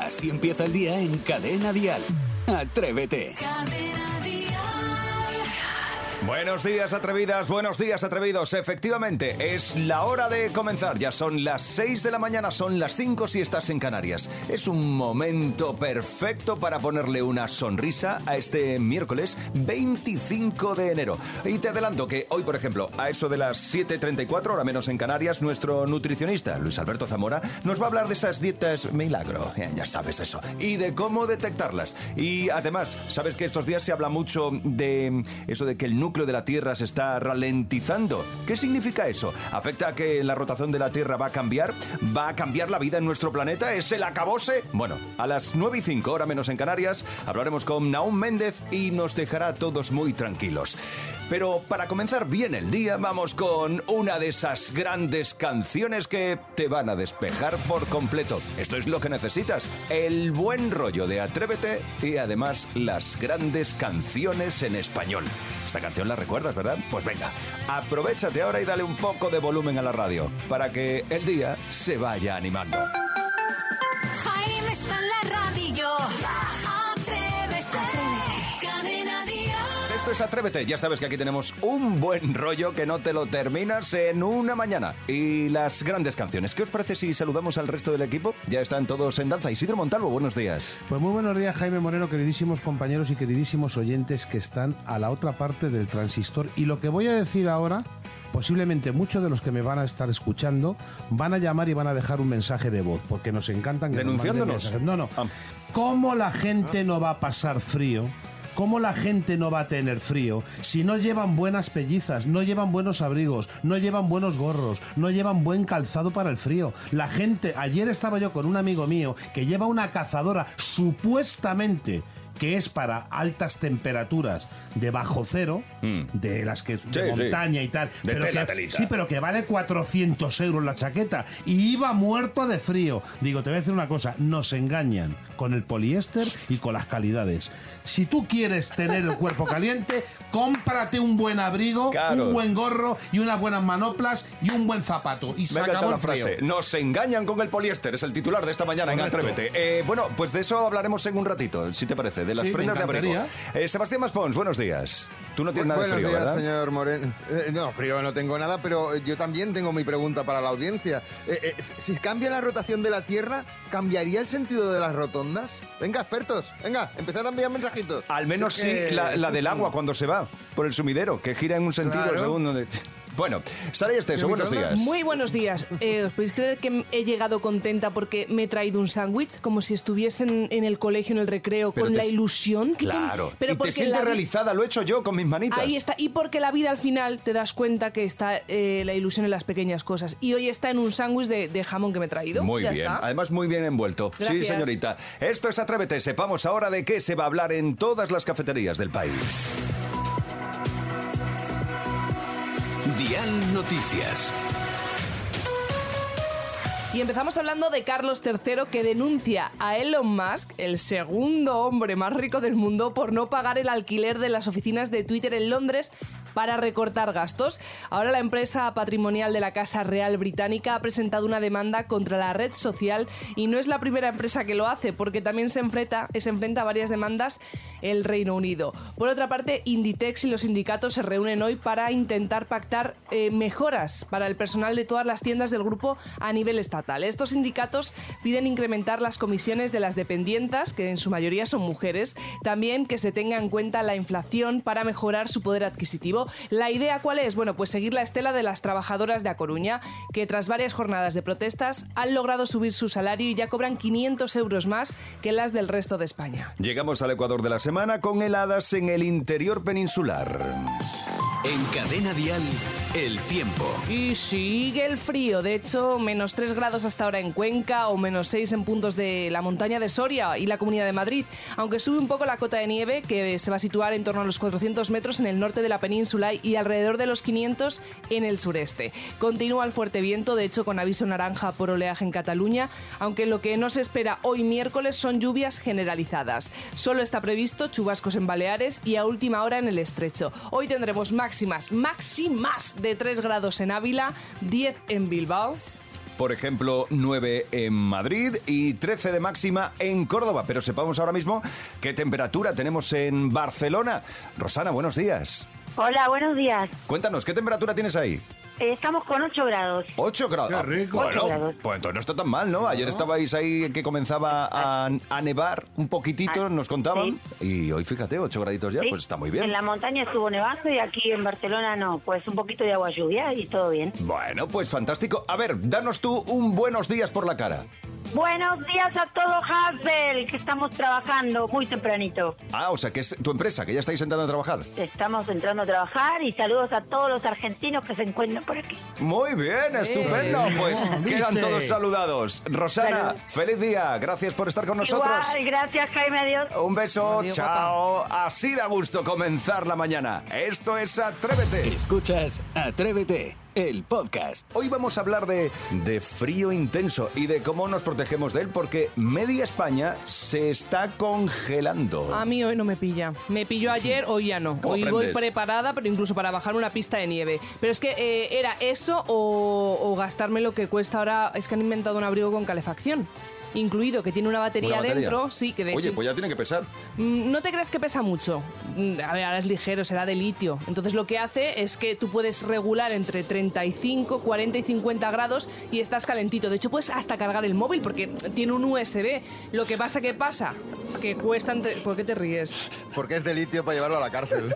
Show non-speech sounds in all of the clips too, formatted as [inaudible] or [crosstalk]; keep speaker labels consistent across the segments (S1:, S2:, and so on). S1: Así empieza el día en Cadena Dial. Atrévete.
S2: Buenos días atrevidas, buenos días atrevidos. Efectivamente, es la hora de comenzar. Ya son las 6 de la mañana, son las 5 si estás en Canarias. Es un momento perfecto para ponerle una sonrisa a este miércoles 25 de enero. Y te adelanto que hoy, por ejemplo, a eso de las 7.34, hora menos en Canarias, nuestro nutricionista, Luis Alberto Zamora, nos va a hablar de esas dietas milagro. Ya, ya sabes eso. Y de cómo detectarlas. Y además, sabes que estos días se habla mucho de eso de que el núcleo de la Tierra se está ralentizando. ¿Qué significa eso? ¿Afecta a que la rotación de la Tierra va a cambiar? ¿Va a cambiar la vida en nuestro planeta? ¿Es el acabose? Bueno, a las 9 y 5, hora menos en Canarias, hablaremos con Naum Méndez y nos dejará a todos muy tranquilos. Pero para comenzar bien el día, vamos con una de esas grandes canciones que te van a despejar por completo. Esto es lo que necesitas, el buen rollo de Atrévete y además las grandes canciones en español. Esta canción la recuerdas, ¿verdad? Pues venga, aprovechate ahora y dale un poco de volumen a la radio para que el día se vaya animando.
S3: Jaime está en la radio. Atrévete. Cadena Dial.
S2: Pues Esto es Atrévete, ya sabes que aquí tenemos un buen rollo que no te lo terminas en una mañana. Y las grandes canciones. ¿Qué os parece si saludamos al resto del equipo? Ya están todos en danza. Isidro Montalvo, buenos días.
S4: Pues muy buenos días, Jaime Moreno, queridísimos compañeros y queridísimos oyentes que están a la otra parte del transistor. Y lo que voy a decir ahora, posiblemente muchos de los que me van a estar escuchando van a llamar y van a dejar un mensaje de voz, porque nos encantan que nos manden
S2: ¿Denunciándonos?
S4: mensajes. No, no.
S2: Ah.
S4: ¿Cómo la gente no va a pasar frío? ¿Cómo la gente no va a tener frío si no llevan buenas pellizas, no llevan buenos abrigos, no llevan buenos gorros, no llevan buen calzado para el frío? La gente, ayer estaba yo con un amigo mío que lleva una cazadora supuestamente que es para altas temperaturas de bajo cero, de las que de
S2: Mm. sí.
S4: montaña y tal,
S2: De tela,
S4: que,
S2: telita.
S4: sí, pero que vale 400 euros la chaqueta y iba muerto de frío. Digo, te voy a decir una cosa, nos engañan con el poliéster y con las calidades. Si tú quieres tener el cuerpo caliente, cómprate un buen abrigo,
S2: Claro.
S4: un buen gorro y unas buenas manoplas y un buen zapato. Y se
S2: Me ha
S4: acabó
S2: encantado la
S4: el frío.
S2: frase. Nos engañan con el poliéster. Es el titular de esta mañana en
S4: Correcto.
S2: Atrévete. Eh, bueno, pues de eso hablaremos en un ratito, si te parece, de las
S4: Sí, me
S2: prendas de abrigo.
S4: encantaría.
S2: Eh, Sebastián Maspons, buenos días. Tú no tienes nada de
S5: Buenos
S2: frío,
S5: días,
S2: ¿verdad?
S5: señor Moreno. Eh, no, frío no tengo nada, pero eh, yo también tengo mi pregunta para la audiencia. Eh, eh, si cambia la rotación de la Tierra, ¿cambiaría el sentido de las rotondas? Venga, expertos, venga, empezad a enviar mensajitos.
S2: Al menos
S5: Es que-
S2: sí la, la del agua cuando se va por el sumidero, que gira en un sentido
S5: Claro.
S2: según donde- [laughs] Bueno, Sara y Esteso,
S5: ¿Qué
S2: buenos
S5: microondas?
S2: días.
S6: Muy buenos días. Eh, ¿Os podéis creer que he llegado contenta porque me he traído un sándwich? Como si estuviese en, en el colegio, en el recreo,
S2: Pero
S6: con
S2: te
S6: la
S2: s-
S6: ilusión que
S2: Claro.
S6: ten- Mm, Pero
S2: y te
S6: porque
S2: sientes
S6: la vi-
S2: realizada, lo he hecho yo con mis manitas.
S6: Ahí está. Y porque la vida al final te das cuenta que está eh, la ilusión en las pequeñas cosas. Y hoy está en un sándwich de, de jamón que me he traído.
S2: Muy
S6: Ya
S2: bien,
S6: está.
S2: además muy bien envuelto. Sí,
S6: Gracias.
S2: señorita. Esto es Atrévete, sepamos ahora de qué se va a hablar en todas las cafeterías del país.
S1: Dial Noticias.
S6: Y empezamos hablando de Carlos III que denuncia a Elon Musk, el segundo hombre más rico del mundo, por no pagar el alquiler de las oficinas de Twitter en Londres para recortar gastos. Ahora la empresa patrimonial de la Casa Real Británica ha presentado una demanda contra la red social y no es la primera empresa que lo hace porque también se enfrenta, se enfrenta a varias demandas el Reino Unido. Por otra parte, Inditex y los sindicatos se reúnen hoy para intentar pactar eh, mejoras para el personal de todas las tiendas del grupo a nivel estatal. Estos sindicatos piden incrementar las comisiones de las dependientas, que en su mayoría son mujeres, también que se tenga en cuenta la inflación para mejorar su poder adquisitivo. ¿La idea cuál es? Bueno, pues seguir la estela de las trabajadoras de A Coruña, que tras varias jornadas de protestas han logrado subir su salario y ya cobran 500 euros más que las del resto de España.
S2: Llegamos al Ecuador de la semana con heladas en el interior peninsular.
S1: En Cadena Dial, el tiempo.
S6: Y sigue el frío, de hecho, menos 3 grados hasta ahora en Cuenca o menos 6 en puntos de la montaña de Soria y la Comunidad de Madrid, aunque sube un poco la cota de nieve que se va a situar en torno a los 400 metros en el norte de la península y alrededor de los 500 en el sureste. Continúa el fuerte viento, de hecho con aviso naranja por oleaje en Cataluña, aunque lo que no se espera hoy miércoles son lluvias generalizadas. Solo está previsto chubascos en Baleares y a última hora en el estrecho. Hoy tendremos máximas, máximas de 3 grados en Ávila, 10 en Bilbao.
S2: por ejemplo, 9 en Madrid y 13 de máxima en Córdoba. Pero sepamos ahora mismo qué temperatura tenemos en Barcelona. Rosana, buenos días.
S7: Hola, buenos días.
S2: Cuéntanos, ¿qué temperatura tienes ahí?
S7: Eh, Estamos con 8 grados.
S2: 8 grados.
S5: Qué rico.
S2: Bueno,
S7: Ocho grados.
S2: pues entonces no está tan mal, ¿no? Ayer estabais ahí que comenzaba a, a nevar un poquitito,
S7: Ah,
S2: nos contaban. Y hoy, fíjate, 8 graditos ya,
S7: Sí.
S2: pues está muy bien.
S7: En la montaña estuvo nevando y aquí en Barcelona no. Pues un poquito de agua lluvia y todo bien.
S2: Bueno, pues fantástico. A ver, danos tú un buenos días por la cara.
S7: Buenos días a todo Hasbel, que estamos trabajando muy tempranito.
S2: Ah, o sea, que es tu empresa, que ya estáis entrando a trabajar.
S7: Estamos entrando a trabajar y saludos a todos los argentinos que se encuentran por aquí.
S2: Muy bien, estupendo. Pues
S4: ¿viste?
S2: quedan todos saludados. Rosana,
S7: Salud.
S2: feliz día. Gracias por estar con nosotros.
S7: Igual, gracias Jaime, adiós.
S2: Un beso,
S6: Adiós,
S2: chao. Así da gusto comenzar la mañana. Esto es Atrévete.
S1: Escuchas Atrévete, el podcast.
S2: Hoy vamos a hablar de, de frío intenso y de cómo nos protegemos de él, porque media España se está congelando.
S6: A mí hoy no me pilla. Me pilló ayer, hoy ya no.
S2: ¿Cómo
S6: Hoy voy
S2: aprendes?
S6: preparada, pero incluso para bajar una pista de nieve. Pero es que eh, era eso o, o gastarme lo que cuesta ahora. Es que han inventado un abrigo con calefacción. Incluido, que tiene una batería,
S2: ¿Una batería?
S6: dentro. Sí, que de
S2: Oye,
S6: sí.
S2: pues ya tiene que pesar.
S6: Mm, No te creas que pesa mucho. Mm, A ver, ahora es ligero, será de litio. Entonces lo que hace es que tú puedes regular entre 35, 40 y 50 grados y estás calentito. De hecho, puedes hasta cargar el móvil porque tiene un USB. Lo que pasa, ¿qué pasa? Que cuesta entre... ¿Por qué te ríes?
S5: Porque es de litio para llevarlo a la
S2: [laughs]
S5: cárcel.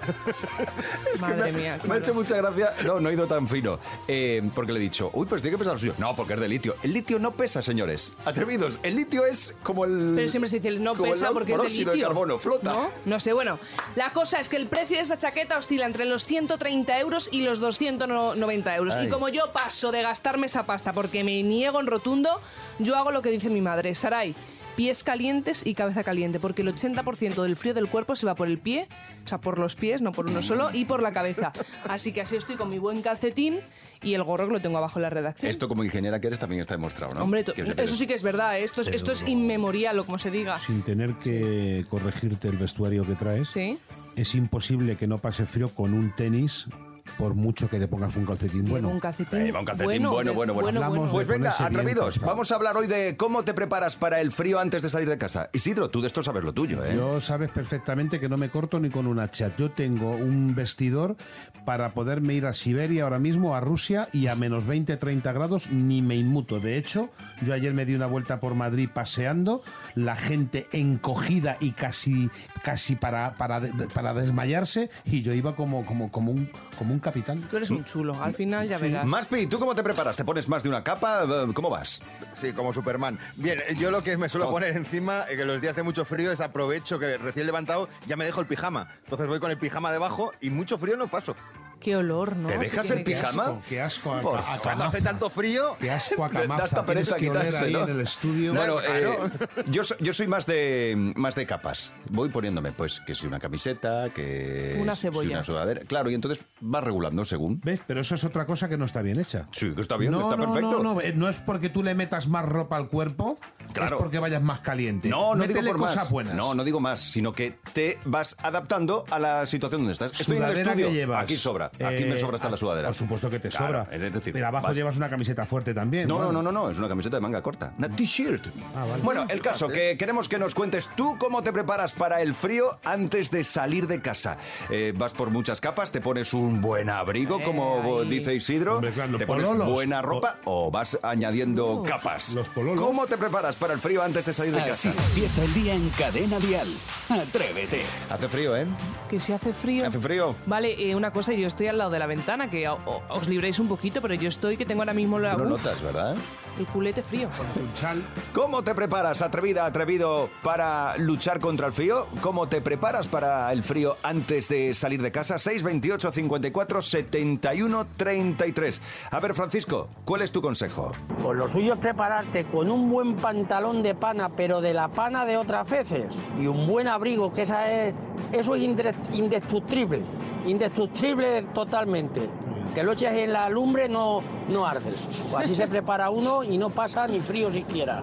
S6: Madre
S2: me,
S6: mía.
S2: me ha
S6: claro.
S2: hecho mucha gracia. No, no he ido tan fino. Eh, porque le he dicho, uy, pues tiene que pesar lo suyo. No, porque es de litio. El litio no pesa, señores. Atrevidos. El litio es como el.
S6: Pero siempre se dice, no
S2: como
S6: pesa
S2: el
S6: porque es de
S2: monóxido
S6: litio.
S2: de carbono, flota.
S6: ¿No? No sé, bueno. La cosa es que el precio de esta chaqueta oscila entre los 130 euros y los 290 euros.
S5: Ay.
S6: Y como yo paso de gastarme esa pasta porque me niego en rotundo, yo hago lo que dice mi madre, Sarai. Pies calientes y cabeza caliente, porque el 80% del frío del cuerpo se va por el pie, o sea, por los pies, no por uno solo, y por la cabeza. Así que así estoy con mi buen calcetín y el gorro que lo tengo abajo en la redacción.
S2: Esto, como ingeniera que eres, también está demostrado, ¿no?
S6: Hombre, to-
S2: Quiero decir,
S6: eso sí que es verdad, ¿eh? esto es, esto es
S4: Pero-
S6: inmemorial o como se diga.
S4: Sin tener que corregirte el vestuario que traes,
S6: Sí.
S4: es imposible que no pase frío con un tenis, por mucho que te pongas un calcetín
S6: Lleva
S4: bueno.
S6: un calcetín.
S2: Eh, va un calcetín bueno,
S6: de-
S2: bueno, bueno.
S4: Hablamos
S2: Pues
S4: de
S2: venga,
S4: ponerse bien
S2: atrevidos,
S4: calzado.
S2: vamos a hablar hoy de cómo te preparas para el frío antes de salir de casa. Isidro, tú de esto sabes lo tuyo, ¿eh?
S4: Yo sabes perfectamente que no me corto ni con un hacha. Yo tengo un vestidor para poderme ir a Siberia ahora mismo, a Rusia, y a menos 20, 30 grados ni me inmuto. De hecho, yo ayer me di una vuelta por Madrid paseando, la gente encogida y casi, casi para, para, de- para desmayarse, y yo iba como, como, como, un, como un capitán.
S6: Tú eres un chulo, al final ya verás.
S2: Maspi, ¿tú cómo te preparas? ¿Te pones más de una capa? Eh, ¿Cómo vas?
S5: Sí, como Superman. Bien, eh, yo lo que me suelo poner encima, eh, que los días de mucho frío, es aprovecho que recién levantado ya me dejo el pijama. Entonces voy con el pijama debajo y mucho frío no paso.
S6: Qué olor, ¿no?
S2: ¿Te dejas
S6: Sí,
S2: el
S6: qué-
S2: pijama?
S4: asco, qué asco a-
S2: Por
S4: a- a-
S2: favor.
S5: Cuando hace tanto frío,
S4: Qué
S5: [laughs]
S4: asco a
S2: Da hasta
S4: camaza. Tienes
S2: pereza
S4: que oler
S2: quitarse,
S4: ahí
S2: ¿no?
S4: en el estudio.
S2: Bueno,
S5: Claro.
S2: eh, [laughs] yo, so- yo soy más de más de capas. Voy poniéndome, pues, que si una camiseta, que
S6: Una
S2: si
S6: cebolla.
S2: una sudadera. Claro, y entonces vas regulando según.
S4: ¿Ves? Pero eso es otra cosa que no está bien hecha.
S2: Sí, que está bien,
S4: no,
S2: está
S4: no,
S2: perfecto.
S4: No, no, eh, no es porque tú le metas más ropa al cuerpo,
S2: Claro.
S4: es porque vayas más caliente.
S2: No, no digo
S4: Métele
S2: por
S4: cosas
S2: más.
S4: buenas.
S2: No, no digo más, sino que te vas adaptando a la situación donde estás. Estoy en el
S4: Sudadera
S2: estudio.
S4: que llevas.
S2: Aquí sobra. Aquí
S4: Eh,
S2: me sobra hasta la
S4: ah,
S2: sudadera.
S4: Por supuesto que te
S2: Claro,
S4: sobra.
S2: es decir,
S4: Pero abajo
S2: vas-
S4: llevas una camiseta fuerte también.
S2: No, no, no, no, no, es una camiseta de manga corta. Una t-shirt.
S4: Ah, vale.
S2: Bueno, el caso, que queremos que nos cuentes tú cómo te preparas para el frío antes de salir de casa. Eh, vas por muchas capas, te pones un buen abrigo,
S6: Eh,
S2: como
S6: ahí.
S2: dice Isidro,
S4: Hombre, claro,
S2: te pones
S4: pololos.
S2: buena ropa o vas añadiendo capas.
S4: los pololos.
S2: ¿Cómo te preparas para el frío antes de salir de
S1: Así
S2: casa?
S1: empieza el día en Cadena Dial. Atrévete.
S2: Hace frío, ¿eh?
S6: Que si hace frío.
S2: Hace frío.
S6: Vale, eh, una cosa, yo estoy al lado de la ventana, que o- o- os libréis un poquito, pero yo estoy que tengo ahora mismo la,
S2: Tú lo
S6: uf,
S2: notas, ¿verdad?
S6: el culete frío.
S4: Un chal.
S2: ¿Cómo te preparas, atrevida, atrevido, para luchar contra el frío? ¿Cómo te preparas para el frío antes de salir de casa? 628 54 71 33. A ver, Francisco, ¿cuál es tu consejo?
S8: Pues lo suyo es prepararte con un buen pantalón de pana, pero de la pana de otras veces, y un buen abrigo, que esa es, eso es indre- indestructible, indestructible totalmente. Que lo eches en la lumbre no, no arde. Pues así se prepara uno y no pasa ni frío siquiera.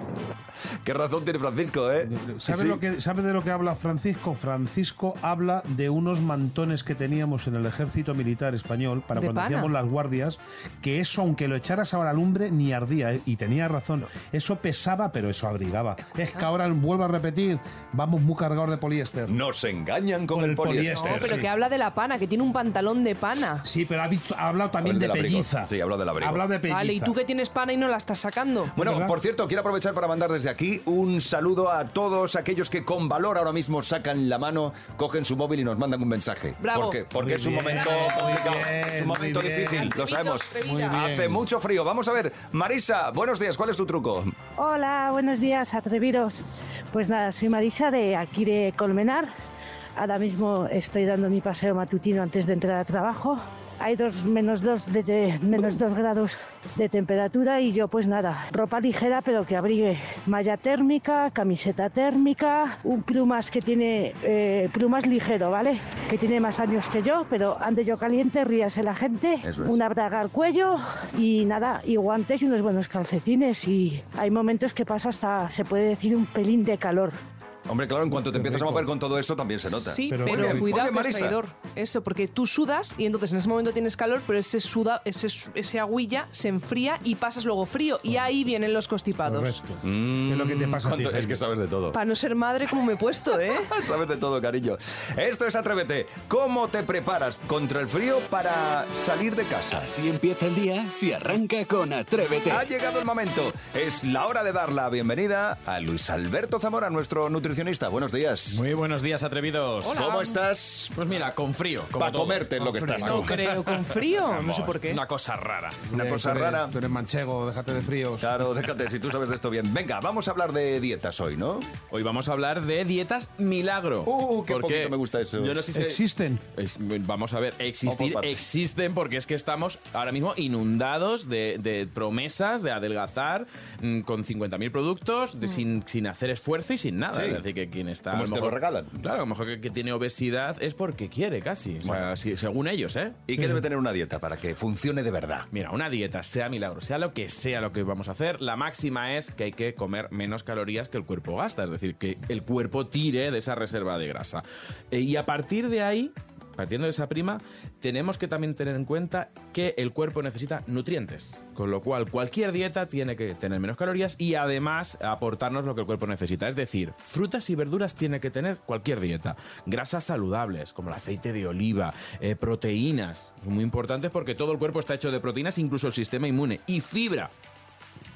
S2: Qué razón tiene Francisco, ¿eh?
S4: ¿Sabes
S2: Sí.
S4: lo que- sabes de lo que habla Francisco? Francisco habla de unos mantones que teníamos en el ejército militar español para
S6: De
S4: cuando
S6: pana.
S4: hacíamos las guardias, que eso, aunque lo echaras ahora al lumbre, ni ardía, ¿eh? y tenía razón. Eso pesaba, pero eso abrigaba. Es que ahora, vuelvo a repetir, vamos muy cargados de poliéster.
S2: Nos engañan con,
S4: Con
S2: el
S4: el
S2: poliéster.
S4: poliéster.
S6: No, pero
S4: sí.
S6: que habla de la pana, que tiene un pantalón de pana.
S4: Sí, pero ha, visto- ha hablado también
S2: Habla
S4: de
S2: del abrigo.
S4: pelliza.
S2: Sí, habla del abrigo.
S4: Ha hablado de pelliza.
S6: Vale, ¿y tú que tienes pana y no la estás sacando?
S2: Bueno,
S4: ¿Verdad?
S2: por cierto, quiero aprovechar para mandar desde aquí un saludo a todos aquellos que con valor ahora mismo sacan la mano, cogen su móvil y nos mandan un mensaje.
S6: Bravo.
S2: ¿Por qué? Porque
S4: Muy
S2: es un
S4: bien,
S2: momento
S6: muy
S2: complicado,
S4: bien,
S2: es un
S4: muy
S2: momento
S4: bien.
S2: difícil, lo
S6: Besitos,
S2: sabemos.
S6: bebida.
S4: Muy bien.
S2: Hace mucho frío. Vamos a ver, Marisa, buenos días, ¿cuál es tu truco?
S7: Hola, buenos días, atrevidos. Pues nada, soy Marisa de aquí de Colmenar. Ahora mismo estoy dando mi paseo matutino antes de entrar a trabajo. Hay dos, menos, dos de, de- menos dos grados de temperatura y yo pues nada, ropa ligera pero que abrigue malla térmica, camiseta térmica, un plumas que tiene, eh, plumas ligero, ¿vale? Que tiene más años que yo, pero ande yo caliente, ríase la gente,
S2: Eso es.
S7: una braga al cuello y nada, y guantes y unos buenos calcetines. Y hay momentos que pasa hasta, se puede decir, un pelín de calor.
S2: Hombre, claro, en cuanto te empiezas a mover con todo esto también se nota.
S6: Sí,
S4: Pero
S6: pero,
S4: muy bien,
S2: muy
S6: cuidado
S2: bien,
S6: que es
S2: Marisa.
S6: traidor. Eso, porque tú sudas y entonces en ese momento tienes calor, pero ese suda, ese, ese agüilla se enfría y pasas luego frío. Y ahí vienen los constipados.
S4: Correcto. ¿Qué es lo que te pasa a ti,
S2: Mm, ¿Cuánto- Es
S4: Jaime?
S2: que sabes de todo.
S6: Para no ser madre como me he puesto, ¿eh?
S2: [laughs] Sabes de todo, cariño. Esto es Atrévete. ¿Cómo te preparas contra el frío para salir de casa?
S1: Así empieza el día si arranca con Atrévete.
S2: Ha llegado el momento. Es la hora de dar la bienvenida a Luis Alberto Zamora, nuestro nutricionista. Buenos días.
S9: Muy buenos días, atrevidos.
S6: Hola.
S2: ¿Cómo estás?
S9: Pues mira, con frío. como
S2: Para
S9: todos.
S2: comerte es lo que estás
S6: No
S2: tú.
S6: creo, con frío. No sé por qué.
S9: Una cosa rara.
S2: Una
S10: Eh,
S2: cosa
S10: tú eres-
S2: rara.
S10: Tú eres manchego, déjate de fríos.
S2: Claro, déjate, si tú sabes de esto bien. Venga, vamos a hablar de dietas hoy, ¿no?
S9: Hoy vamos a hablar de dietas milagro.
S2: Uh, qué
S9: ¿Por
S2: poquito me gusta eso.
S9: Yo no sé si
S4: Existen.
S9: Es- Vamos a ver,
S2: Vamos
S9: existir,
S2: por partes.
S9: existen porque es que estamos ahora mismo inundados de, de promesas de adelgazar mm, con 50.000 productos de-
S6: Mm.
S9: sin, sin hacer esfuerzo y sin nada.
S2: Sí.
S9: Es decir, que quien está...
S2: Como
S9: a
S2: si te lo regalan.
S9: Claro, a lo mejor que, que tiene obesidad es porque quiere casi, o sea, si- según ellos, ¿eh?
S2: ¿Y qué debe tener una dieta para que funcione de verdad?
S9: Mira, una dieta, sea milagro, sea lo que sea lo que vamos a hacer, la máxima es que hay que comer menos calorías que el cuerpo gasta, es decir, que el cuerpo tire de esa reserva de grasa. Eh, y a partir de ahí, partiendo de esa prima, tenemos que también tener en cuenta que el cuerpo necesita nutrientes, con lo cual cualquier dieta tiene que tener menos calorías y además aportarnos lo que el cuerpo necesita, es decir, frutas y verduras tiene que tener cualquier dieta, grasas saludables como el aceite de oliva, eh, proteínas, muy importantes porque todo el cuerpo está hecho de proteínas, incluso el sistema inmune, y fibra.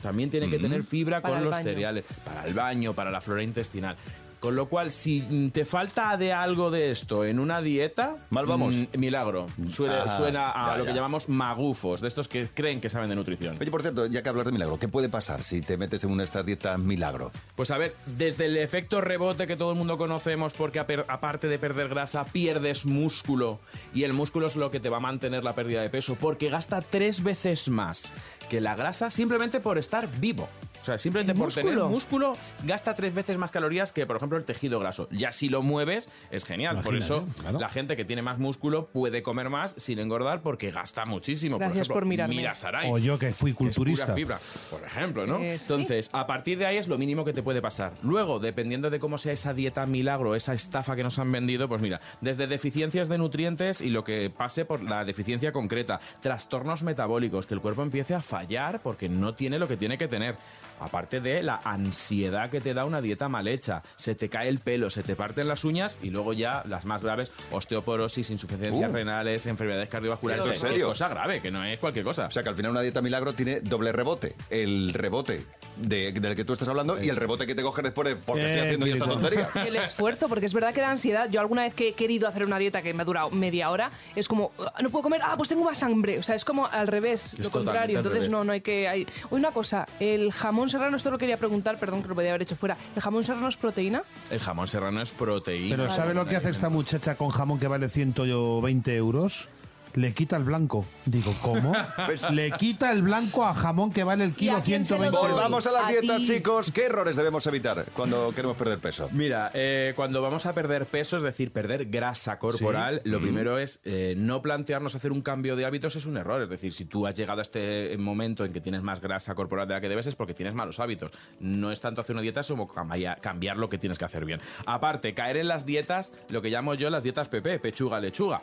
S9: También tiene que tener fibra
S6: Para
S9: con
S6: el
S9: los
S6: baño.
S9: cereales, para el baño, para la flora intestinal. Con lo cual, si te falta de algo de esto en una dieta...
S2: Mal vamos.
S9: mm, milagro. Suena,
S2: Ah,
S9: suena a
S2: ya,
S9: lo
S2: ya.
S9: que llamamos magufos, de estos que creen que saben de nutrición.
S2: Oye, por cierto, ya que hablas de milagro, ¿qué puede pasar si te metes en una de estas dietas milagro?
S9: Pues a ver, desde el efecto rebote que todo el mundo conocemos, porque aper- aparte de perder grasa, pierdes músculo. Y el músculo es lo que te va a mantener la pérdida de peso, porque gasta tres veces más que la grasa simplemente por estar vivo. O sea, simplemente
S6: ¿El
S9: por tener
S6: músculo?
S9: músculo gasta tres veces más calorías que, por ejemplo, el tejido graso. Ya si lo mueves, es genial. por eso,
S4: Imagínate, claro.
S9: la gente que tiene más músculo puede comer más sin engordar porque gasta muchísimo. por
S6: Gracias
S9: ejemplo,
S6: por mirarme.
S9: Mira Sarai.
S4: O yo que fui
S9: que es pura
S4: culturista.
S9: fibra, por ejemplo, ¿no?
S6: Eh, sí.
S9: Entonces, a partir de ahí es lo mínimo que te puede pasar. Luego, dependiendo de cómo sea esa dieta milagro, esa estafa que nos han vendido, pues mira, desde deficiencias de nutrientes y lo que pase por la deficiencia concreta, trastornos metabólicos, que el cuerpo empiece a fallar porque no tiene lo que tiene que tener. Aparte de la ansiedad que te da una dieta mal hecha, se te cae el pelo, se te parten las uñas y luego ya las más graves, osteoporosis, insuficiencias
S2: Uh.
S9: renales, enfermedades cardiovasculares.
S2: ¿Esto es
S9: que- que
S2: serio?
S9: cosa grave, que no es cualquier cosa.
S2: O sea, que al final una dieta milagro tiene doble rebote. El rebote de- del que tú estás hablando y el rebote que te coges después de porque estoy haciendo yo esta
S4: Técnico.
S2: tontería.
S6: Y [laughs] el esfuerzo, porque es verdad que da ansiedad. Yo alguna vez que he querido hacer una dieta que me ha durado media hora, es como, "Ah, no puedo comer, ah, pues tengo más hambre. O sea, es como al revés,
S9: Es
S6: lo contrario.
S9: totalmente al
S6: Entonces,
S9: revés.
S6: no, no hay que... Hay... Oye, una cosa, el jamón serrano, esto lo quería preguntar, perdón que lo podía haber hecho fuera. ¿El jamón serrano es proteína?
S9: El jamón serrano es proteína.
S2: este
S4: Pero ¿sabe lo que hace esta muchacha con jamón que vale 120 euros? le quita el blanco. Digo, ¿cómo?
S2: Pues-
S4: le quita el blanco a jamón que vale el
S6: ¿Y
S4: kilo
S6: a quién se lo
S4: 120
S6: doy?
S4: euros.
S2: Volvamos a las
S6: A
S2: dietas,
S6: ti.
S2: chicos. ¿Qué errores debemos evitar cuando queremos perder peso?
S9: Mira, eh, cuando vamos a perder peso, es decir, perder grasa corporal, lo primero es eh, no plantearnos hacer un cambio de hábitos es un error. Es decir, si tú has llegado a este momento en que tienes más grasa corporal de la que debes es porque tienes malos hábitos. No es tanto hacer una dieta es como camaya- cambiar lo que tienes que hacer bien. Aparte, caer en las dietas, lo que llamo yo las dietas PP, pechuga, lechuga.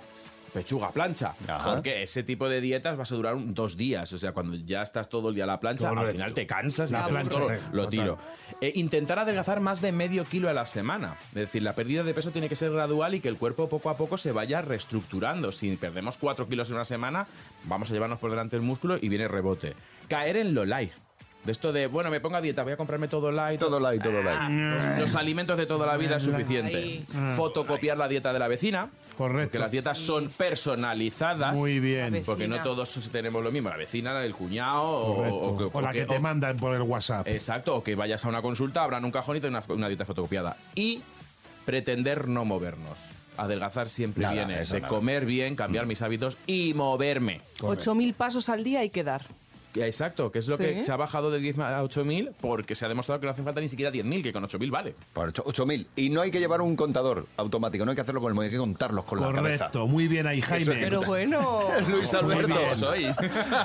S9: Pechuga, plancha.
S2: Ajá.
S9: Porque ese tipo de dietas vas a durar un- dos días. O sea, cuando ya estás todo el día a la plancha, al
S4: Correcto.
S9: final te cansas y
S4: La
S9: dices,
S4: plancha
S9: "Esto
S4: te-
S9: lo
S4: total.
S9: tiro. Eh, intentar adelgazar más de medio kilo a la semana. Es decir, la pérdida de peso tiene que ser gradual y que el cuerpo poco a poco se vaya reestructurando. Si perdemos 4 kilos en una semana, vamos a llevarnos por delante el músculo y viene rebote. Caer en lo light. De esto de, bueno, me pongo a dieta, voy a comprarme todo light. Ah.
S2: Todo light, todo light.
S9: Los alimentos de toda la vida es suficiente.
S6: Ay.
S9: Fotocopiar la dieta de la vecina.
S4: Correcto.
S9: Porque las dietas son personalizadas.
S4: Muy bien.
S6: La
S9: Porque no
S6: vecina.
S9: todos tenemos lo mismo. La vecina, el cuñado o,
S4: Correcto.
S9: o
S4: o la que te
S9: o-
S4: mandan por el WhatsApp.
S9: Exacto, o que vayas a una consulta, abran un cajón y te den una, una dieta fotocopiada. Y pretender no movernos. Adelgazar siempre
S2: Nada,
S9: viene
S2: eso
S9: de
S2: nada. Mm.
S9: comer bien, cambiar mis hábitos y moverme.
S6: 8.000 pasos al día hay que dar.
S9: Exacto, que es lo que
S6: Sí.
S9: se ha bajado de 10 a 8.000 porque se ha demostrado que no hace falta ni siquiera 10.000, que con 8.000 vale.
S2: Por ocho- 8.000. Y no hay que llevar un contador automático, no hay que hacerlo con el móvil, hay que contarlos con la
S4: Correcto, muy bien ahí, Jaime.
S6: Pero bueno.
S2: cabeza. [laughs] Luis
S4: Muy
S2: Alberto.
S4: bien.
S9: Soy.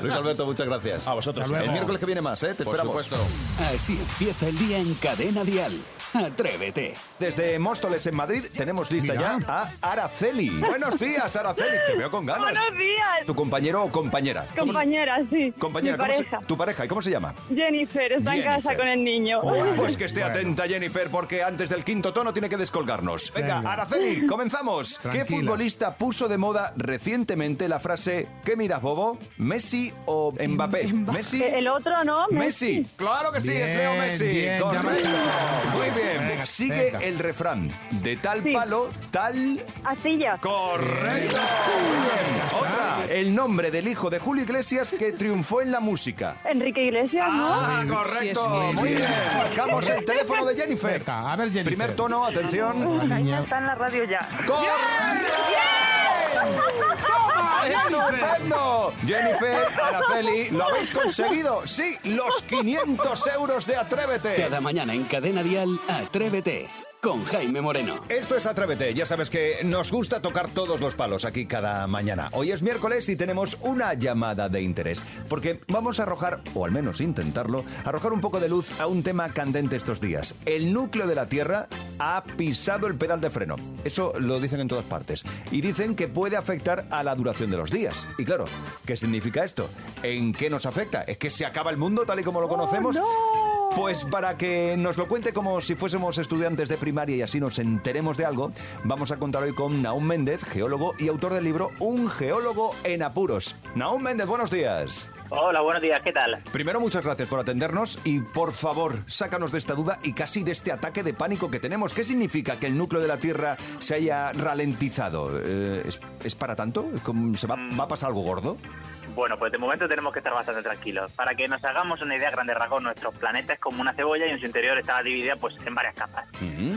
S2: Luis Alberto, muchas gracias.
S9: A vosotros.
S4: Hasta luego.
S2: El miércoles que viene más, ¿eh? Te
S9: Por
S2: esperamos.
S9: supuesto.
S1: Así empieza el día en Cadena Dial. Atrévete.
S2: Desde Móstoles, en Madrid, tenemos lista
S4: Mira.
S2: ya a Araceli. Buenos días, Araceli. Te veo con ganas.
S11: Buenos días,
S2: Tu compañero o compañera.
S11: compañera, sí.
S2: Compañera,
S11: Mi
S2: ¿cómo se-
S11: pareja.
S2: tu pareja, ¿y cómo se llama?
S11: Jennifer está en
S2: Jennifer.
S11: casa con el niño.
S2: Pues que esté atenta, Jennifer, porque antes del quinto tono tiene que descolgarnos. Venga,
S4: Venga.
S2: Araceli, comenzamos. ¿Qué
S4: Tranquila.
S2: futbolista puso de moda recientemente la frase ¿Qué miras, bobo? ¿Messi o [laughs] Mbappé? ¿Messi?
S11: El otro, ¿no?
S2: Messi. Claro que sí, es
S4: Bien,
S2: Leo Messi.
S4: bien, ya me
S2: Correcto.
S4: ha
S2: Muy bien.
S4: Venga,
S2: Sigue
S4: venga.
S2: el refrán. De tal
S11: Sí.
S2: palo, tal.
S11: Astilla.
S2: Correcto. Muy bien. Otra. El nombre del hijo de Julio Iglesias que triunfó en la música.
S11: Enrique Iglesias, ¿no?
S2: Ah, correcto. Muy bien. Marcamos el teléfono de Jennifer.
S4: Venga, a ver, Jennifer.
S2: Primer tono, atención.
S11: Ya está en la radio ya.
S2: ¡Correcto! ¡Estupendo! Jennifer, Araceli, ¿lo habéis conseguido? Sí, los 500 euros de Atrévete.
S1: Cada mañana en Cadena Dial, Atrévete. Con Jaime Moreno.
S2: Esto es Atrévete, ya sabes que nos gusta tocar todos los palos aquí cada mañana. Hoy es miércoles y tenemos una llamada de interés, porque vamos a arrojar, o al menos intentarlo, arrojar un poco de luz a un tema candente estos días. El núcleo de la Tierra ha pisado el pedal de freno. Eso lo dicen en todas partes. Y dicen que puede afectar a la duración de los días. Y claro, ¿qué significa esto? ¿En qué nos afecta? ¿Es que se acaba el mundo tal y como lo conocemos? Pues para que nos lo cuente como si fuésemos estudiantes de primaria y así nos enteremos de algo, vamos a contar hoy con Naum Méndez, geólogo y autor del libro Un geólogo en apuros. Naum Méndez, buenos días.
S12: Hola, buenos días, ¿qué tal?
S2: Primero, muchas gracias por atendernos y por favor, sácanos de esta duda y casi de este ataque de pánico que tenemos. ¿Qué significa que el núcleo de la Tierra se haya ralentizado? Eh, ¿es, es para tanto? ¿Cómo ¿Se va, va a pasar algo gordo?
S12: Bueno, pues de momento tenemos que estar bastante tranquilos. Para que nos hagamos una idea a grandes rasgos, nuestro planeta es como una cebolla y en su interior está dividida pues en varias capas.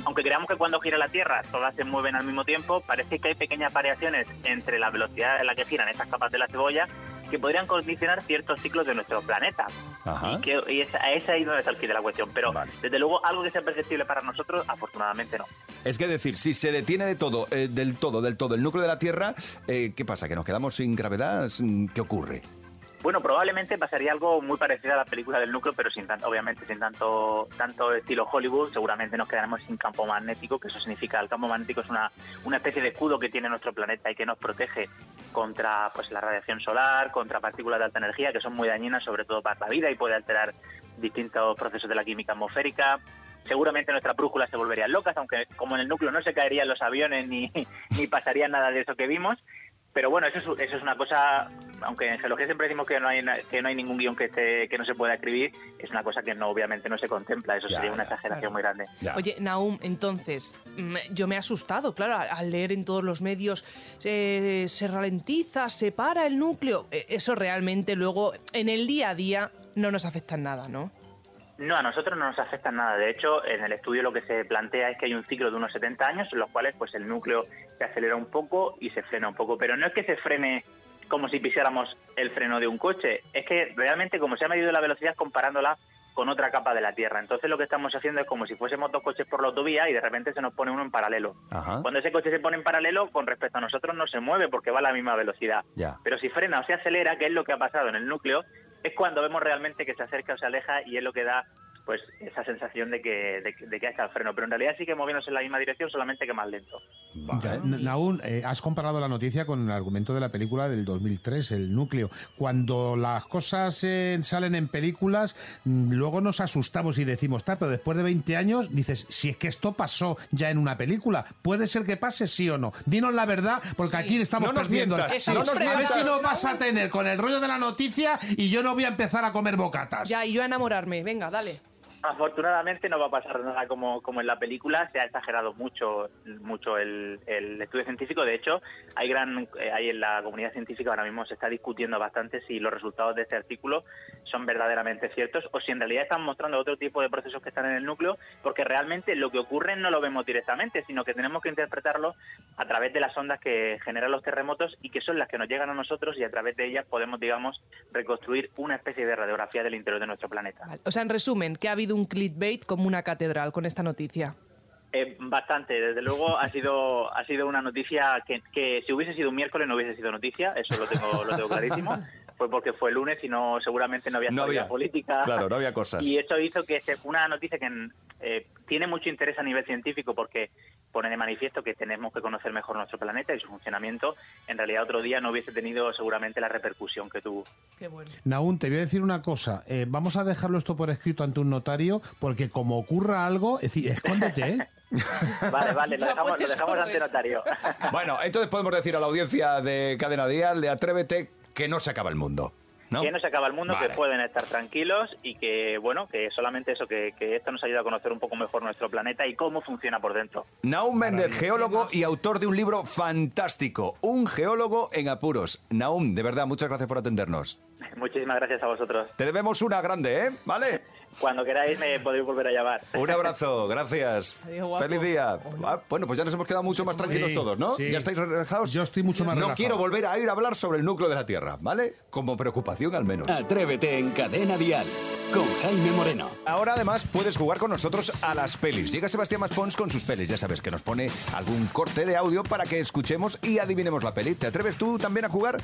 S12: Aunque creamos que cuando gira la Tierra todas se mueven al mismo tiempo, parece que hay pequeñas variaciones entre la velocidad en la que giran estas capas de la cebolla que podrían condicionar ciertos ciclos de nuestro planeta.
S2: Ajá.
S12: Y, que, y es, es ahí donde está el kit de la cuestión. Pero
S2: Vale.
S12: desde luego algo que sea perceptible para nosotros, afortunadamente no.
S2: Es que decir, si se detiene de todo, eh, del todo, del todo, el núcleo de la Tierra, eh, ¿qué pasa? ¿Que nos quedamos sin gravedad? ¿Sin- ¿Qué ocurre?
S12: Bueno, probablemente pasaría algo muy parecido a la película del núcleo, pero sin tanto, obviamente sin tanto, tanto estilo Hollywood, seguramente nos quedaremos sin campo magnético, que eso significa, el campo magnético es una, una especie de escudo que tiene nuestro planeta y que nos protege contra pues la radiación solar, contra partículas de alta energía, que son muy dañinas sobre todo para la vida y puede alterar distintos procesos de la química atmosférica. Seguramente nuestras brújulas se volverían locas, aunque como en el núcleo no se caerían los aviones ni, [laughs] ni pasaría nada de eso que vimos. Pero bueno, eso es, eso es una cosa, aunque en geología siempre decimos que no hay, na- que no hay ningún guión que, esté, que no se pueda escribir, es una cosa que no obviamente no se contempla, eso
S2: Ya,
S12: sería una
S2: ya,
S12: exageración muy grande.
S2: Ya.
S6: Oye, Naum, entonces, mm, yo me he asustado, claro, al- al leer en todos los medios, eh, se ralentiza, se para el núcleo. Eh, Eso realmente luego, en el día a día, no nos afecta en nada, ¿no?
S12: No, a nosotros no nos afecta en nada. De hecho, en el estudio lo que se plantea es que hay un ciclo de unos 70 años en los cuales pues el núcleo se acelera un poco y se frena un poco. Pero no es que se frene como si pisáramos el freno de un coche. Es que realmente como se ha medido la velocidad comparándola con otra capa de la Tierra. Entonces lo que estamos haciendo es como si fuésemos dos coches por la autovía y de repente se nos pone uno en paralelo.
S2: Ajá.
S12: Cuando ese coche se pone en paralelo, con respecto a nosotros no se mueve porque va a la misma velocidad.
S2: Ya.
S12: Pero si frena o se acelera, que es lo que ha pasado en el núcleo, es cuando vemos realmente que se acerca o se aleja y es lo que da pues esa sensación de que, de, que- de que ha estado el freno. Pero en realidad sigue moviéndose en la misma dirección, solamente que más lento.
S4: Ya, N- Naún, eh, has comparado la noticia con el argumento de la película del 2003, El Núcleo. Cuando las cosas eh, salen en películas, mm, luego nos asustamos y decimos, "Ta, pero después de 20 años, dices, si es que esto pasó ya en una película, puede ser que pase sí o no. Dinos la verdad, porque aquí estamos
S2: No nos
S4: perdiendo.
S2: mientas,
S4: Sí,
S2: no nos
S4: a ver
S2: mientas.
S4: si no vas a tener con el rollo de la noticia y yo no voy a empezar a comer bocatas.
S6: Ya, y yo a enamorarme. Venga, dale.
S12: Afortunadamente no va a pasar nada como, como en la película, se ha exagerado mucho mucho el, el estudio científico, de hecho hay gran eh, hay en la comunidad científica ahora mismo se está discutiendo bastante si los resultados de este artículo son verdaderamente ciertos o si en realidad están mostrando otro tipo de procesos que están en el núcleo, porque realmente lo que ocurre no lo vemos directamente, sino que tenemos que interpretarlo a través de las ondas que generan los terremotos y que son las que nos llegan a nosotros y a través de ellas podemos, digamos, reconstruir una especie de radiografía del interior de nuestro planeta.
S6: O sea, en resumen, que ha habido un clickbait como una catedral con esta noticia.
S12: Eh, bastante, desde luego ha sido ha sido una noticia que, que si hubiese sido un miércoles no hubiese sido noticia, eso lo tengo lo tengo
S2: [laughs]
S12: clarísimo. Fue porque fue lunes y no seguramente no había
S2: No
S12: actualidad
S2: había.
S12: política.
S2: Claro, no había cosas.
S12: Y eso hizo que se- una noticia que en- eh, tiene mucho interés a nivel científico porque pone de manifiesto que tenemos que conocer mejor nuestro planeta y su funcionamiento. En realidad otro día no hubiese tenido seguramente la repercusión que tuvo.
S4: Naún, te voy a decir una cosa. eh, vamos a dejarlo esto por escrito ante un notario, porque como ocurra algo, es decir, escóndete, ¿eh?
S12: Vale, vale, lo
S2: No
S12: dejamos, lo
S2: puedes
S12: dejamos
S2: correr.
S12: ante notario.
S2: [laughs] Bueno, entonces podemos decir a la audiencia de Cadena Dial de Atrévete que no se acaba el mundo. ¿no?
S12: Que no se acaba el mundo,
S2: Vale.
S12: que pueden estar tranquilos y que, bueno, que solamente eso, que, que esto nos ayuda a conocer un poco mejor nuestro planeta y cómo funciona por dentro. [laughs]
S2: Naum Méndez, geólogo y autor de un libro fantástico, Un geólogo en apuros. Naum, de verdad, muchas gracias por atendernos.
S12: Muchísimas gracias a vosotros.
S2: Te debemos una grande, ¿eh? ¿Vale?
S12: Cuando queráis me podéis volver a llamar.
S2: Un abrazo, gracias.
S12: Adiós, guapo.
S2: Feliz día. Ah, bueno, pues ya nos hemos quedado mucho más tranquilos
S4: Sí,
S2: todos, ¿no?
S4: sí.
S2: Ya estáis relajados. Yo
S4: estoy mucho
S2: más No
S13: relajado.
S2: quiero volver a ir a hablar sobre el núcleo de la Tierra, ¿vale? Como preocupación al menos.
S13: Atrévete en Cadena Dial con Jaime Moreno.
S2: Ahora además puedes jugar con nosotros a las pelis. Llega Sebastián Maspons con sus pelis, ya sabes que nos pone algún corte de audio para que escuchemos y adivinemos la peli. ¿Te atreves tú también a jugar?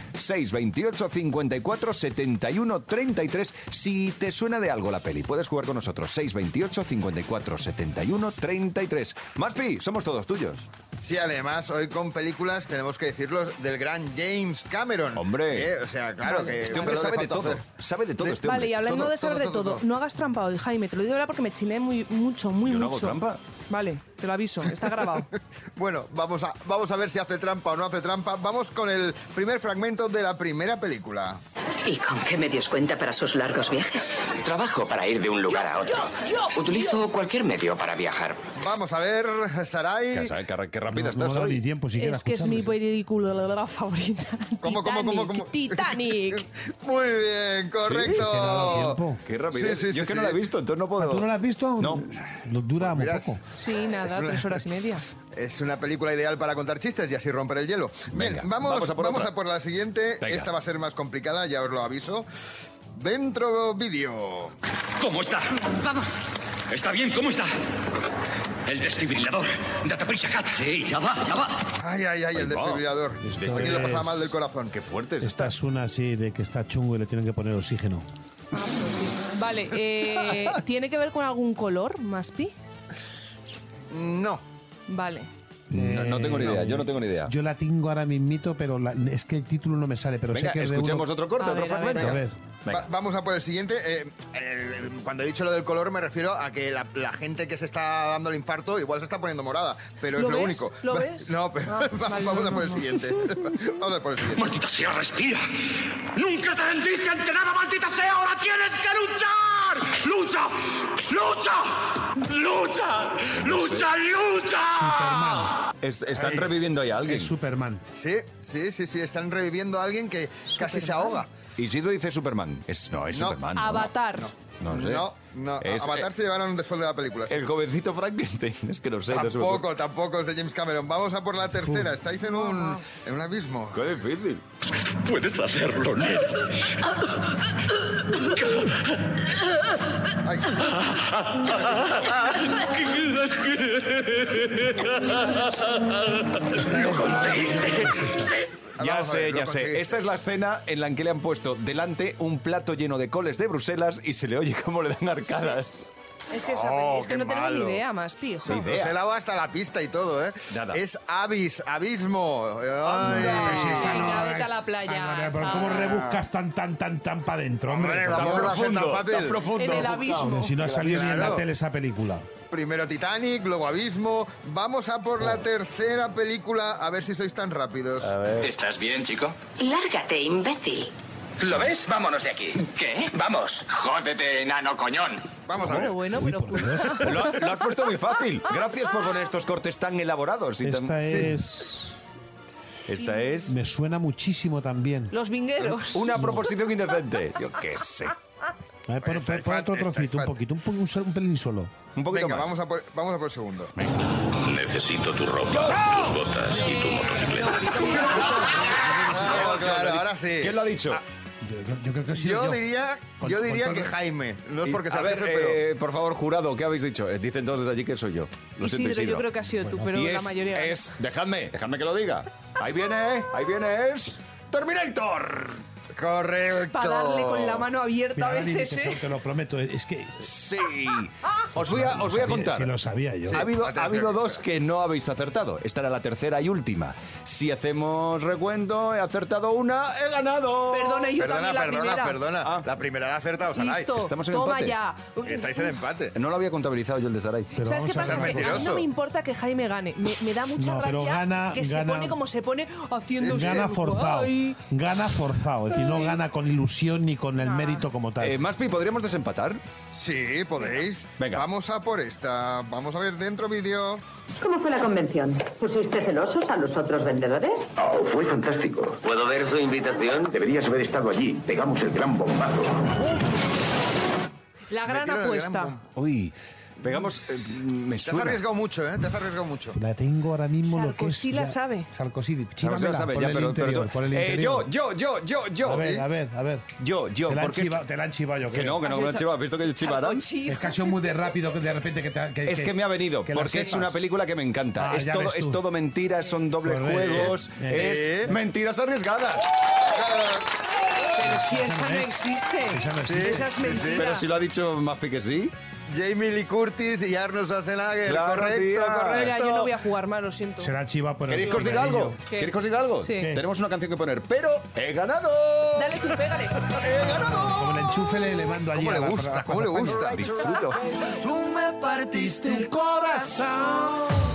S2: 628 54 71 33 si te suena de algo la peli. Puedes jugar con nosotros 628 54 71 33. Maspi, somos todos tuyos.
S5: Sí, además, hoy con películas, tenemos que decirlo, del gran James Cameron.
S2: Hombre.
S5: Eh, O sea, claro
S2: Vale.
S5: que...
S2: Este hombre
S5: solo le
S2: sabe de
S5: faltó
S2: todo,
S5: hacer-
S2: sabe de todo este
S6: Vale, y hablando
S5: Todo,
S6: de saber
S5: todo,
S6: de todo, no hagas trampa hoy, Jaime. Te lo digo ahora porque me chiné muy, mucho, muy
S5: Yo
S6: mucho.
S5: no hago trampa.
S6: Vale, te lo aviso, está grabado.
S5: [laughs] Bueno, vamos a, vamos a ver si hace trampa o no hace trampa. Vamos con el primer fragmento de la primera película.
S14: ¿Y [laughs] con qué medios cuenta para sus largos viajes?
S15: Trabajo para ir de un lugar a otro. Utilizo cualquier medio para viajar.
S5: Vamos a ver, Sarai.
S2: Ya sabes, pues qué, qué rápida
S4: No, no
S2: estás
S4: me da
S2: hoy.
S4: ni tiempo
S6: es que es mi película la, la favorita.
S5: ¿Cómo,
S6: Titanic,
S5: cómo, cómo, cómo?
S6: Titanic.
S5: Muy bien, correcto.
S2: Qué rápido.
S5: Sí, sí,
S2: Yo
S5: sí,
S2: es que
S5: sí.
S2: no la he visto, entonces no puedo.
S5: ¿tú no la
S4: has visto?
S2: No. Pues
S4: Dura muy
S5: Verás.
S4: poco.
S6: Sí, nada,
S5: Es una-
S6: tres horas y media.
S5: [laughs] Es una película ideal para contar chistes y así romper el hielo. Bien, vamos,
S2: vamos
S5: vamos,
S2: a
S5: a,
S2: por
S5: por
S2: otra.
S5: la siguiente.
S2: Venga.
S5: Esta va a ser más complicada, ya os lo aviso. Dentro vídeo.
S1: ¿Cómo está? Vamos. ¿Está bien? ¿Cómo está? El desfibrilador. Date prisa, Kat. Sí, ya va, ya va.
S5: Ay, ay, ay, el
S1: Ahí va.
S5: desfibrilador. Este
S4: Esto
S5: Aquí lo
S4: es-
S5: pasaba mal del corazón. Qué
S2: fuerte
S4: Esta es una así de que está chungo y le tienen que poner oxígeno.
S6: Vale,
S4: [laughs]
S6: eh, ¿tiene que ver con algún color, Maspi?
S5: No.
S6: Vale.
S2: No, no tengo ni idea, yo Eh, no tengo ni idea.
S4: Eh, Yo la tengo ahora mismito, pero la- es que el título no me sale. Pero
S2: Venga,
S4: sé que es de
S2: escuchemos
S4: uno-
S2: otro corte, A otro ver, a ver, fragmento. a ver.
S5: Va- vamos a por el siguiente. Eh, el- cuando he dicho lo del color me refiero a que la, la gente que se está dando el infarto igual se está poniendo morada, pero
S1: ¿Lo
S5: es lo
S1: ves?
S5: único.
S1: ¿Lo
S5: [laughs] Va-
S1: ves?
S5: No, pero
S1: Ah,
S5: va-
S1: vale,
S5: vamos
S1: no,
S5: a por el
S1: no, no.
S5: siguiente.
S1: [laughs]
S5: vamos a por el siguiente.
S1: ¡Maldita sea, respira! ¡Nunca te rendiste ante nada, maldita sea! ¡Ahora tienes que luchar! ¡Lucha! ¡Lucha! ¡Lucha! ¡Lucha! ¡Lucha!
S2: Es- están reviviendo ahí a alguien.
S4: Superman.
S5: Sí, sí, sí, sí, están reviviendo a alguien que casi se ahoga.
S2: Isidro dice Superman. Es, Ah, no, es
S5: No.
S2: Superman.
S6: Avatar.
S2: No sé.
S5: No, no.
S2: Es- eh,
S5: Avatar se llevaron después de la película. sí.
S2: El jovencito Frankenstein, [laughs] es que no sé. no sé.
S5: Tampoco, tampoco es de James Cameron. Vamos a por la tercera. Estáis en un, en un abismo.
S2: Qué difícil.
S16: Puedes hacerlo, nena.
S5: ¡Lo
S16: conseguiste!
S2: Ya
S16: Vamos a
S2: sé,
S16: ver, lo
S2: ya sé.
S16: conseguiste.
S2: Esta es la escena en la que le han puesto delante un plato lleno de coles de Bruselas y se le oye cómo le dan arcadas.
S6: Es que,
S5: Oh,
S6: sabe- es que
S5: qué
S6: no tenemos
S5: malo.
S6: ni idea más, tío.
S5: Se Se lava hasta la pista y todo, ¿eh? Es Abyss, abismo. Ay.
S4: Ah, eh.
S6: Venga, vete a la playa.
S4: Pero ¿cómo
S6: chaval.
S4: rebuscas tan, tan, tan, tan para adentro, hombre?
S5: Hombre, tampoco va a ser tan fácil.
S6: En el abismo.
S4: Si no ha salido ni en la
S5: Claro.
S4: tele esa película.
S5: Primero Titanic, luego Abismo. Vamos a por
S2: Oh.
S5: la tercera película, a ver si sois tan rápidos.
S1: ¿Estás bien, chico?
S11: Lárgate, imbécil.
S1: ¿Lo ves? Vámonos de aquí. ¿Qué? Vamos. Jódete, enano coñón.
S5: Vamos
S2: a ver.
S6: Bueno, pero [laughs]
S2: Lo, ha- lo has puesto muy fácil. Gracias por poner estos cortes tan elaborados. y tan-
S4: Esta
S2: Sí.
S4: es.
S2: Esta es.
S4: Me suena muchísimo también.
S6: Los vingueros. [laughs]
S2: Una proposición indecente. Yo qué sé.
S4: A ver, pon, pon- pon otro trocito, un poquito, un, po- un, un pelín solo.
S2: Un
S5: Venga, Vamos a, por, vamos a por el segundo.
S16: Necesito tu ropa, tus botas y tu motocicleta.
S5: Claro, claro, ahora sí. Ah.
S2: ¿Quién lo ha dicho?
S4: Yo, yo- yo creo que sí.
S5: Yo diría,
S4: Con-
S5: yo
S4: con
S5: diría
S4: todo
S5: que
S4: el-
S5: Jaime. No es porque sea
S2: a
S5: el
S2: ver,
S5: jefe,
S2: eh, por favor, jurado, ¿qué habéis dicho? Eh, Dicen todos desde allí que soy yo. Lo siento,
S6: Isidro, yo
S2: Isidro.
S6: creo que has sido tú, pero
S2: y
S6: la
S2: es,
S6: mayoría.
S2: es- dejadme, dejadme que lo diga. Ahí viene, ahí viene es Terminator.
S5: pero... Correcto.
S6: Para darle con la mano abierta
S4: Mira,
S6: a
S4: Dani,
S6: veces,
S4: que se-
S6: ¿eh?
S4: Te lo prometo, es que.
S2: Sí. Os voy a, os voy a contar.
S4: Si lo sabía yo.
S2: Ha habido, ha habido dos que no habéis acertado. Esta era la tercera y última. Si hacemos recuento, he acertado una, he ganado. Ah.
S6: Perdona, yo
S5: Perdona,
S6: también la primera.
S5: perdona, perdona. La primera la ha acertado Saray.
S6: Listo,
S2: Estamos en
S6: toma
S2: empate.
S6: ya.
S5: Estáis en empate.
S2: No lo había contabilizado yo el de Saray.
S6: ¿Sabes qué pasa?
S5: ver,
S6: Que a mí
S5: mentiroso.
S6: no me importa que Jaime gane. Me, me da mucha
S4: No, pero
S6: rabia
S4: gana-
S6: que se
S4: gana-
S6: pone como se pone haciendo usted.
S4: Gana forzado.
S6: Ay.
S4: Gana forzado. Es decir, no gana con ilusión ni con el mérito como tal.
S2: Eh, Maspi, ¿podríamos desempatar?
S5: Sí, podéis.
S2: Venga.
S5: Vamos a por esta. Vamos a ver dentro vídeo.
S11: ¿Cómo fue la convención? Pues ¿Pusiste celosos a los otros vendedores?
S17: Oh, fue fantástico. ¿Puedo ver su invitación? Deberías haber estado allí. Pegamos el gran bombazo.
S6: La gran
S5: Metieron el gran
S6: apuesta.
S5: bombo.
S2: Uy, pegamos. eh, me
S5: Te has
S2: suena.
S5: arriesgado mucho, ¿eh? Te has arriesgado mucho.
S4: La tengo ahora mismo lo que es.
S6: Sarkozy la
S4: ya-
S6: sabe.
S4: Sarkozy,
S2: Claro, se lo
S4: chíramela
S2: sabe,
S4: por
S2: ya,
S4: el
S2: pero- pero
S4: interior,
S2: tú-
S4: por el
S2: Eh,
S4: interior.
S2: yo, yo, yo, yo, yo.
S4: A ver,
S2: ¿sí?
S4: a ver, a ver.
S2: Yo, yo,
S4: Te la han
S2: porque.
S4: chivado, te la han chivado yo.
S2: Que
S4: creo.
S2: no, que no, que no, chiva, ¿has visto que el chivara?
S6: Conchi.
S4: Es que ha sido muy de rápido que de repente que te-
S2: Es que me ha venido,
S4: que la
S2: porque es
S4: sepas.
S2: una película que me encanta.
S4: Ah,
S2: es,
S4: ya
S2: todo,
S4: ves tú.
S2: es todo mentira, son dobles
S4: Pues bien,
S2: juegos,
S4: bien.
S2: es mentiras arriesgadas.
S6: Pero si esa no
S4: es.
S6: existe.
S4: Esa no existe.
S6: Esa es mentira.
S2: Pero si lo ha dicho Maspi que sí.
S5: Jamie Lee Curtis y Arnold Schwarzenegger.
S2: Claro,
S5: correcto,
S2: tía.
S5: correcto.
S6: Mira, yo no voy a jugar más, lo siento.
S4: Será chiva por el
S2: ¿Queréis que os diga
S4: interior.
S2: algo?
S6: ¿Qué?
S2: ¿Queréis que os diga algo?
S6: Sí.
S2: Tenemos una canción que poner, pero he ganado.
S6: Dale tú, pégale.
S2: ¡He ganado!
S4: Como el enchufe le, le mando allí
S5: ¿Cómo
S4: a
S5: le
S4: la- a
S5: gusta?
S4: la-
S5: ¿Cómo le gusta?
S2: Disfruto.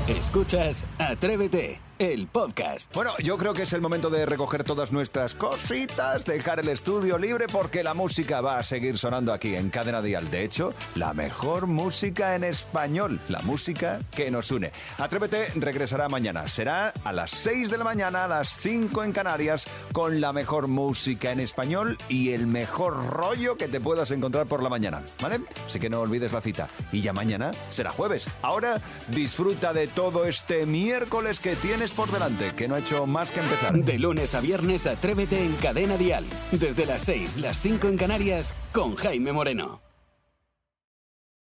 S18: Escuchas Atrévete, el podcast.
S2: Bueno, yo creo que es el momento de recoger todas nuestras cositas, dejar el estudio libre porque la música va a seguir sonando aquí en Cadena Dial. De hecho, la mejor música en español, la música que nos une. Atrévete regresará mañana. Será a las 6 de la mañana, a las 5 en Canarias, con la mejor música en español y el mejor rollo que te puedas encontrar por la mañana. ¿Vale? Así que no olvides la cita. Y ya mañana será jueves. Ahora disfruta de todo este miércoles que tienes por delante, que no ha hecho más que empezar.
S18: De lunes a viernes, Atrévete en Cadena Dial. Desde las 6, las 5 en Canarias, con Jaime Moreno.